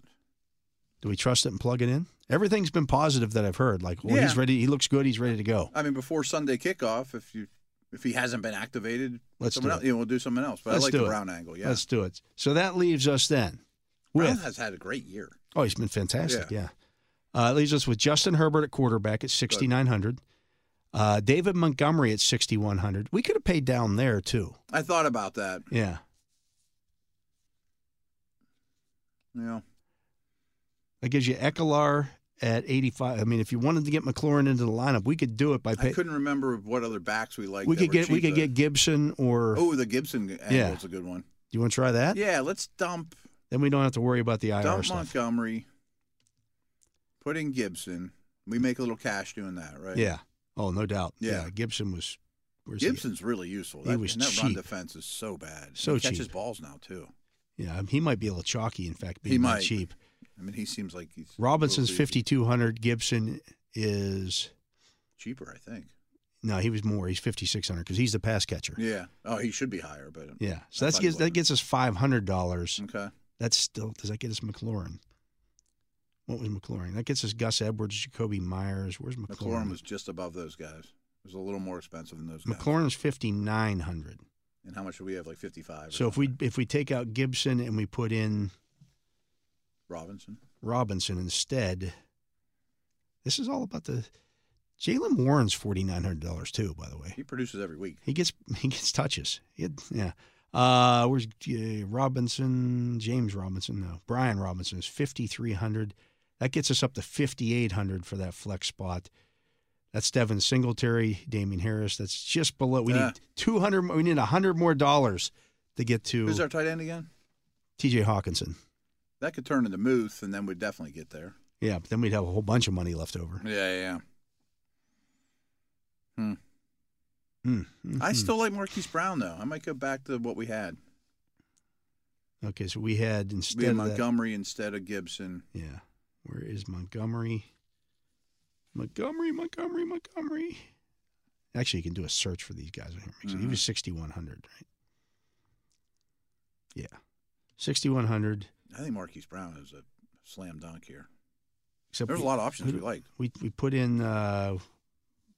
[SPEAKER 3] Do we trust it and plug it in? Everything's been positive that I've heard. Like, well, he's
[SPEAKER 4] Yeah.
[SPEAKER 3] ready. He looks good. He's ready to go.
[SPEAKER 4] I mean, before Sunday kickoff, if you if he hasn't been activated,
[SPEAKER 3] Let's
[SPEAKER 4] someone
[SPEAKER 3] do
[SPEAKER 4] else,
[SPEAKER 3] it.
[SPEAKER 4] you know, we'll do something else. But
[SPEAKER 3] Let's
[SPEAKER 4] I like
[SPEAKER 3] do
[SPEAKER 4] the
[SPEAKER 3] it.
[SPEAKER 4] Brown angle. Yeah,
[SPEAKER 3] Let's do it. So that leaves us then
[SPEAKER 4] Brown
[SPEAKER 3] with
[SPEAKER 4] has had a great year.
[SPEAKER 3] oh, he's been fantastic. Yeah. Uh, it leaves us with Justin Herbert at quarterback at 6,900. Uh, David Montgomery at 6,100. We could have paid down there too.
[SPEAKER 4] I thought about that.
[SPEAKER 3] Yeah.
[SPEAKER 4] You know,
[SPEAKER 3] That gives you Eckler at 85. I mean, if you wanted to get McLaurin into the lineup, we could do it by
[SPEAKER 4] I
[SPEAKER 3] pay.
[SPEAKER 4] couldn't remember what other backs we liked.
[SPEAKER 3] We
[SPEAKER 4] that
[SPEAKER 3] could
[SPEAKER 4] were
[SPEAKER 3] get we
[SPEAKER 4] cheap,
[SPEAKER 3] could
[SPEAKER 4] though.
[SPEAKER 3] get Gibson or do
[SPEAKER 4] Oh, the Gibson angle
[SPEAKER 3] Yeah.
[SPEAKER 4] is a good one.
[SPEAKER 3] you want to try that?
[SPEAKER 4] Yeah, let's dump
[SPEAKER 3] Then we don't have to worry about the IR
[SPEAKER 4] dump
[SPEAKER 3] stuff.
[SPEAKER 4] Montgomery. Put in Gibson. We make a little cash doing that, right?
[SPEAKER 3] Yeah. Oh, no doubt.
[SPEAKER 4] Yeah.
[SPEAKER 3] Gibson was. where's he?
[SPEAKER 4] Gibson's really useful.
[SPEAKER 3] He
[SPEAKER 4] That,
[SPEAKER 3] was
[SPEAKER 4] and that run
[SPEAKER 3] cheap.
[SPEAKER 4] defense is so bad.
[SPEAKER 3] So
[SPEAKER 4] he catches
[SPEAKER 3] cheap.
[SPEAKER 4] balls now too.
[SPEAKER 3] Yeah, he might be a little chalky. In fact, being
[SPEAKER 4] He
[SPEAKER 3] that
[SPEAKER 4] might.
[SPEAKER 3] cheap.
[SPEAKER 4] I mean, he seems like he's
[SPEAKER 3] Robinson's
[SPEAKER 4] overrated.
[SPEAKER 3] fifty two hundred. Gibson is
[SPEAKER 4] cheaper, I think.
[SPEAKER 3] no, he was more. He's fifty six hundred because he's the pass catcher. Yeah.
[SPEAKER 4] Yeah. Oh, he should be higher, but
[SPEAKER 3] So
[SPEAKER 4] I
[SPEAKER 3] that's
[SPEAKER 4] thought he
[SPEAKER 3] gets that
[SPEAKER 4] wasn't.
[SPEAKER 3] gets us five hundred dollars.
[SPEAKER 4] okay.
[SPEAKER 3] That's still does that get us McLaurin? What was McLaurin? That gets us Gus Edwards, Jacoby Myers. Where's McLaurin?
[SPEAKER 4] McLaurin was just above those guys. It was a little more expensive than those guys.
[SPEAKER 3] McLaurin was fifty nine hundred.
[SPEAKER 4] And how much do we have? Like fifty-five. or
[SPEAKER 3] So if we
[SPEAKER 4] something.
[SPEAKER 3] if we take out Gibson and we put in
[SPEAKER 4] Robinson,
[SPEAKER 3] Robinson instead. This is all about the Jalen Warren's forty nine hundred dollars too. By the way,
[SPEAKER 4] he produces every week.
[SPEAKER 3] he gets he gets touches. He had- yeah. Uh, where's uh, Robinson? James Robinson? No, Brian Robinson is fifty three hundred. That gets us up to fifty eight hundred for that flex spot. That's Devin Singletary, Damien Harris. That's just below. We
[SPEAKER 4] Yeah.
[SPEAKER 3] need two hundred. We need hundred more dollars to get
[SPEAKER 4] Who's
[SPEAKER 3] to
[SPEAKER 4] our tight end again?
[SPEAKER 3] T.J. Hawkinson.
[SPEAKER 4] That could turn into Muth, and then we'd definitely get there.
[SPEAKER 3] Yeah, but then we'd have a whole bunch of money left over.
[SPEAKER 4] Yeah, yeah. yeah. Hmm.
[SPEAKER 3] Mm,
[SPEAKER 4] I
[SPEAKER 3] mhm.
[SPEAKER 4] still like Marquise Brown though. I might go back to what we had.
[SPEAKER 3] Okay, so we had instead
[SPEAKER 4] We had
[SPEAKER 3] of that-
[SPEAKER 4] Montgomery instead of Gibson.
[SPEAKER 3] yeah, where is Montgomery? Montgomery, Montgomery, Montgomery. Actually, you can do a search for these guys on here. Makes it- He
[SPEAKER 4] Mm-hmm.
[SPEAKER 3] was sixty one hundred, right? Yeah, sixty one hundred.
[SPEAKER 4] I think Marquise Brown is a slam dunk here.
[SPEAKER 3] Except
[SPEAKER 4] There's a
[SPEAKER 3] we-
[SPEAKER 4] lot of options
[SPEAKER 3] who-
[SPEAKER 4] we liked.
[SPEAKER 3] We we put in, uh,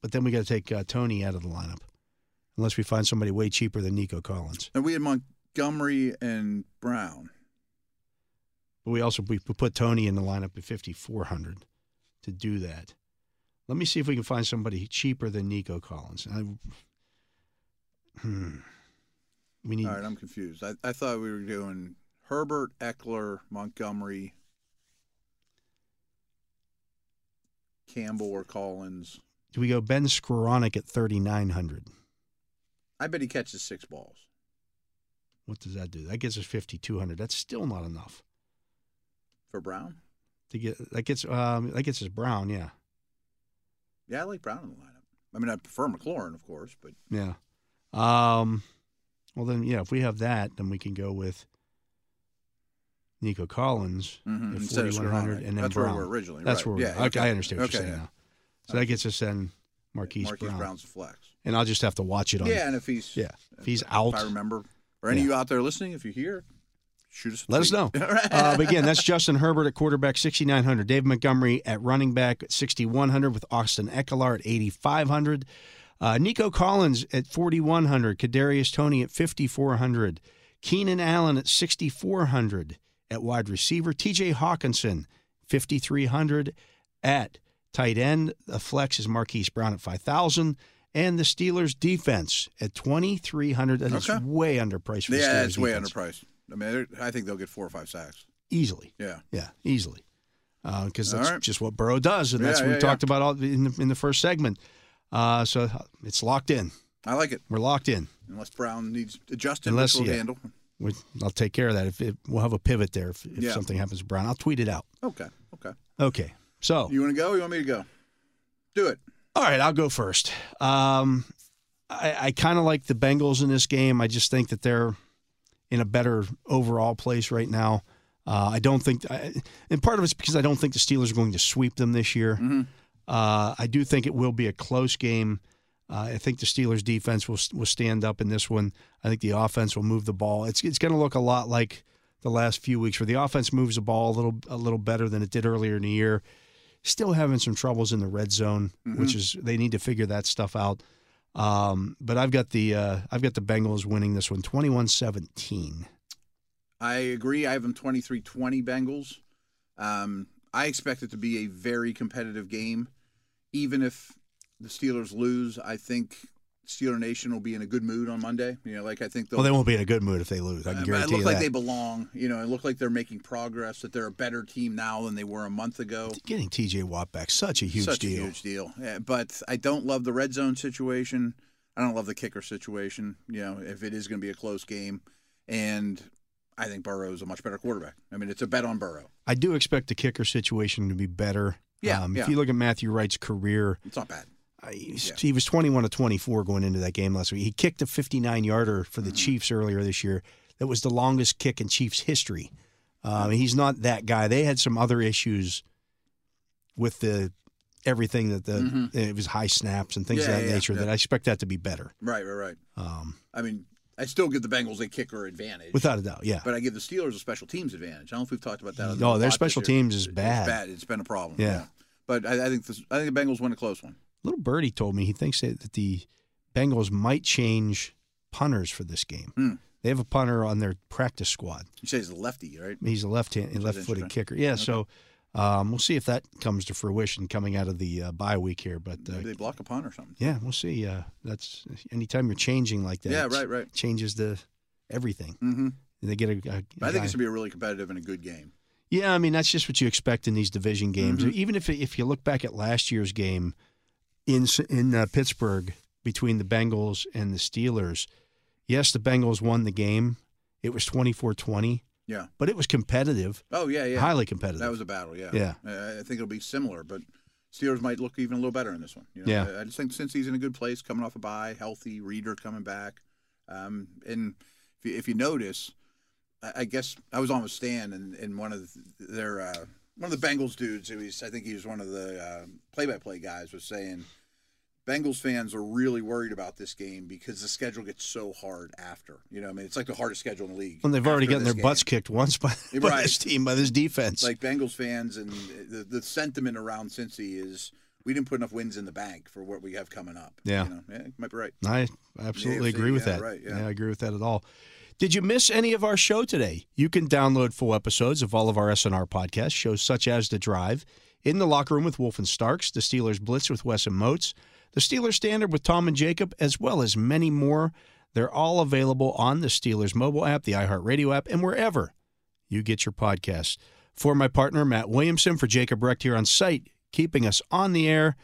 [SPEAKER 3] but then we got to take uh, Tony out of the lineup, unless we find somebody way cheaper than Nico Collins.
[SPEAKER 4] And we had Montgomery and Brown.
[SPEAKER 3] But we also we put Tony in the lineup at 5400 to do that. Let me see if we can find somebody cheaper than Nico Collins. I, hmm. We need
[SPEAKER 4] All right, I'm confused. I, I thought we were doing Herbert, Eckler, Montgomery, Campbell, or Collins.
[SPEAKER 3] do we go Ben Skoranek at 3900?
[SPEAKER 4] I bet he catches six balls.
[SPEAKER 3] What does that do? That gets us 5200. That's still not enough
[SPEAKER 4] For Brown?
[SPEAKER 3] to get that gets um that gets us Brown, yeah.
[SPEAKER 4] Yeah, I like Brown in the lineup. I mean, I prefer McLaurin, of course, but
[SPEAKER 3] Yeah. Um well then yeah, if we have that, then we can go with Nico Collins
[SPEAKER 4] Mhm,
[SPEAKER 3] at
[SPEAKER 4] instead of
[SPEAKER 3] 4100
[SPEAKER 4] Skoranek.
[SPEAKER 3] and then
[SPEAKER 4] That's where
[SPEAKER 3] Brown.
[SPEAKER 4] we were originally.
[SPEAKER 3] That's
[SPEAKER 4] right.
[SPEAKER 3] where we're.
[SPEAKER 4] yeah,
[SPEAKER 3] I,
[SPEAKER 4] okay.
[SPEAKER 3] I understand what
[SPEAKER 4] okay,
[SPEAKER 3] you're saying
[SPEAKER 4] yeah.
[SPEAKER 3] now. So that gets us then Marquise,
[SPEAKER 4] Marquise
[SPEAKER 3] Brown.
[SPEAKER 4] Brown's a flex.
[SPEAKER 3] And I'll just have to watch it on.
[SPEAKER 4] Yeah, and if he's
[SPEAKER 3] Yeah. If he's
[SPEAKER 4] if I
[SPEAKER 3] out,
[SPEAKER 4] remember, or any
[SPEAKER 3] Yeah.
[SPEAKER 4] of you out there listening, if you hear, shoot us. a
[SPEAKER 3] let us
[SPEAKER 4] tweet.
[SPEAKER 3] know.
[SPEAKER 4] All right.
[SPEAKER 3] Uh, but again, that's Justin Herbert at quarterback, 6,900. Dave Montgomery at running back, at 6,100, with Austin Eckler at 8,500. Uh, Nico Collins at 4,100. Kadarius Tony at 5,400. Keenan Allen at 6,400 at wide receiver. TJ Hawkinson 5,300. At tight end, the flex is Marquise Brown at 5,000. And the Steelers' defense at 2,300. And it's
[SPEAKER 4] Okay.
[SPEAKER 3] way underpriced for the
[SPEAKER 4] yeah,
[SPEAKER 3] Steelers
[SPEAKER 4] it's way
[SPEAKER 3] defense.
[SPEAKER 4] underpriced. I mean, they're- I think they'll get four or five sacks.
[SPEAKER 3] Easily.
[SPEAKER 4] Yeah.
[SPEAKER 3] Yeah, easily. Because
[SPEAKER 4] All
[SPEAKER 3] that's
[SPEAKER 4] right.
[SPEAKER 3] just what Burrow does. And that's
[SPEAKER 4] Yeah,
[SPEAKER 3] what we
[SPEAKER 4] yeah,
[SPEAKER 3] talked about all in the, in the first segment. Uh, so it's locked in.
[SPEAKER 4] I like it.
[SPEAKER 3] We're locked in.
[SPEAKER 4] Unless Brown needs adjusting,
[SPEAKER 3] Unless-
[SPEAKER 4] which will
[SPEAKER 3] yeah.
[SPEAKER 4] handle.
[SPEAKER 3] We, I'll take care of that. If it, We'll have a pivot there if, if
[SPEAKER 4] Yeah.
[SPEAKER 3] something happens to Brown. I'll tweet it out.
[SPEAKER 4] Okay. Okay.
[SPEAKER 3] Okay. So,
[SPEAKER 4] You want to go? Or you want me to go? Do it.
[SPEAKER 3] all right, I'll go first. Um, I, I kind of like the Bengals in this game. I just think that they're in a better overall place right now. Uh, I don't think, I, and part of it's because I don't think the Steelers are going to sweep them this year. Uh, I do think it will be a close game. Uh, I think the Steelers' defense will will stand up in this one. I think the offense will move the ball. It's it's going to look a lot like the last few weeks, where the offense moves the ball a little a little better than it did earlier in the year. Still having some troubles in the red zone,
[SPEAKER 4] Mm-hmm.
[SPEAKER 3] which is they need to figure that stuff out. Um, but I've got the uh, I've got the Bengals winning this one, 21-17.
[SPEAKER 4] I agree. I have them 23 20 Bengals. Um, I expect it to be a very competitive game. Even if the Steelers lose, I think Steeler Nation will be in a good mood on Monday. You know, like I think they'll.
[SPEAKER 3] Well, they won't be in a good mood if they lose. I
[SPEAKER 4] Uh,
[SPEAKER 3] can
[SPEAKER 4] but
[SPEAKER 3] guarantee
[SPEAKER 4] it look
[SPEAKER 3] you
[SPEAKER 4] like
[SPEAKER 3] that.
[SPEAKER 4] they belong. You know, it look like they're making progress. That they're a better team now than they were a month ago.
[SPEAKER 3] Getting T.J. Watt back, such a huge
[SPEAKER 4] Such
[SPEAKER 3] deal.
[SPEAKER 4] a huge deal. Yeah, but I don't love the red zone situation. I don't love the kicker situation. You know, if it is going to be a close game, and I think Burrow is a much better quarterback. I mean, it's a bet on Burrow.
[SPEAKER 3] I do expect the kicker situation to be better.
[SPEAKER 4] Yeah,
[SPEAKER 3] um, If
[SPEAKER 4] yeah.
[SPEAKER 3] you look at Matthew Wright's career,
[SPEAKER 4] It's not bad.
[SPEAKER 3] I, he was 21 to 24 going into that game last week. He kicked a 59 yarder for the
[SPEAKER 4] Mm-hmm.
[SPEAKER 3] Chiefs earlier this year. That was the longest kick in Chiefs history. Um, and he's not that guy. They had some other issues with the everything that the it was high snaps and things
[SPEAKER 4] Mm-hmm. Yeah,
[SPEAKER 3] of that
[SPEAKER 4] yeah,
[SPEAKER 3] nature.
[SPEAKER 4] yeah.
[SPEAKER 3] That I expect that to be better,
[SPEAKER 4] Right, right, right.
[SPEAKER 3] um,
[SPEAKER 4] I mean, I still give the Bengals a kicker advantage,
[SPEAKER 3] without a doubt. Yeah,
[SPEAKER 4] but I give the Steelers a special teams advantage. I don't know if we've talked about that. on the
[SPEAKER 3] No, Oh, their
[SPEAKER 4] pod this
[SPEAKER 3] special
[SPEAKER 4] year.
[SPEAKER 3] teams is
[SPEAKER 4] It's
[SPEAKER 3] bad.
[SPEAKER 4] bad. It's been a problem.
[SPEAKER 3] Yeah.
[SPEAKER 4] But I, I think this, I think the Bengals win a close one.
[SPEAKER 3] little birdie told me he thinks that that the Bengals might change punters for this game.
[SPEAKER 4] Hmm.
[SPEAKER 3] They have a punter on their practice squad.
[SPEAKER 4] You say he's a lefty, right?
[SPEAKER 3] He's a left hand,
[SPEAKER 4] is
[SPEAKER 3] left-footed
[SPEAKER 4] interesting.
[SPEAKER 3] kicker. Yeah, so um, we'll see if that comes to fruition coming out of the uh, bye week here. But uh,
[SPEAKER 4] Maybe they block a punt or something.
[SPEAKER 3] yeah, we'll see. Uh, that's anytime you're changing like that.
[SPEAKER 4] Yeah,
[SPEAKER 3] it's-
[SPEAKER 4] right, right.
[SPEAKER 3] Changes the everything.
[SPEAKER 4] Mm-hmm.
[SPEAKER 3] They get a. a- a
[SPEAKER 4] I think
[SPEAKER 3] guy-
[SPEAKER 4] it's gonna be a really competitive and a good game.
[SPEAKER 3] yeah, I mean that's just what you expect in these division games.
[SPEAKER 4] Mm-hmm.
[SPEAKER 3] Even if if you look back at last year's game in in uh, Pittsburgh between the Bengals and the Steelers, yes, the Bengals won the game. It was 24-20,
[SPEAKER 4] Yeah.
[SPEAKER 3] but it was competitive,
[SPEAKER 4] Oh yeah, yeah.
[SPEAKER 3] highly competitive.
[SPEAKER 4] That was a battle, yeah.
[SPEAKER 3] Yeah.
[SPEAKER 4] I I think it'll be similar, but Steelers might look even a little better in this one. You know?
[SPEAKER 3] Yeah.
[SPEAKER 4] I- I just think since he's in a good place, coming off a bye, healthy, Reader coming back. Um, and if you, if you notice, I, I guess I was on with Stan and, and one of their uh, one of the Bengals dudes who he's I think he was one of the uh, play-by-play guys was saying Bengals fans are really worried about this game because the schedule gets so hard after. You know, I mean, it's like the hardest schedule in the league.
[SPEAKER 3] When they've already
[SPEAKER 4] after
[SPEAKER 3] gotten their
[SPEAKER 4] this
[SPEAKER 3] butts
[SPEAKER 4] game.
[SPEAKER 3] kicked once by, by
[SPEAKER 4] Right.
[SPEAKER 3] this team, by this defense.
[SPEAKER 4] like Bengals fans and the, the sentiment around Cincy is we didn't put enough wins in the bank for what we have coming up.
[SPEAKER 3] Yeah.
[SPEAKER 4] you know? yeah you might be right.
[SPEAKER 3] I absolutely
[SPEAKER 4] AFC,
[SPEAKER 3] agree with
[SPEAKER 4] yeah,
[SPEAKER 3] that.
[SPEAKER 4] right, yeah.
[SPEAKER 3] I agree with that at all. Did you miss any of our show today? You can download full episodes of all of our SNR podcasts, shows such as The Drive, In the Locker Room with Wolf and Starks, The Steelers Blitz with Wes and Moats, The Steelers Standard with Tom and Jacob, as well as many more. They're all available on the Steelers mobile app, the iHeartRadio app, and wherever you get your podcasts. For my partner, Matt Williamson, for Jacob Recht here on site, keeping us on the air,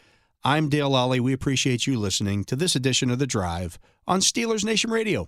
[SPEAKER 3] I'm Dale Lally. We appreciate you listening to this edition of The Drive on Steelers Nation Radio.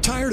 [SPEAKER 9] Tired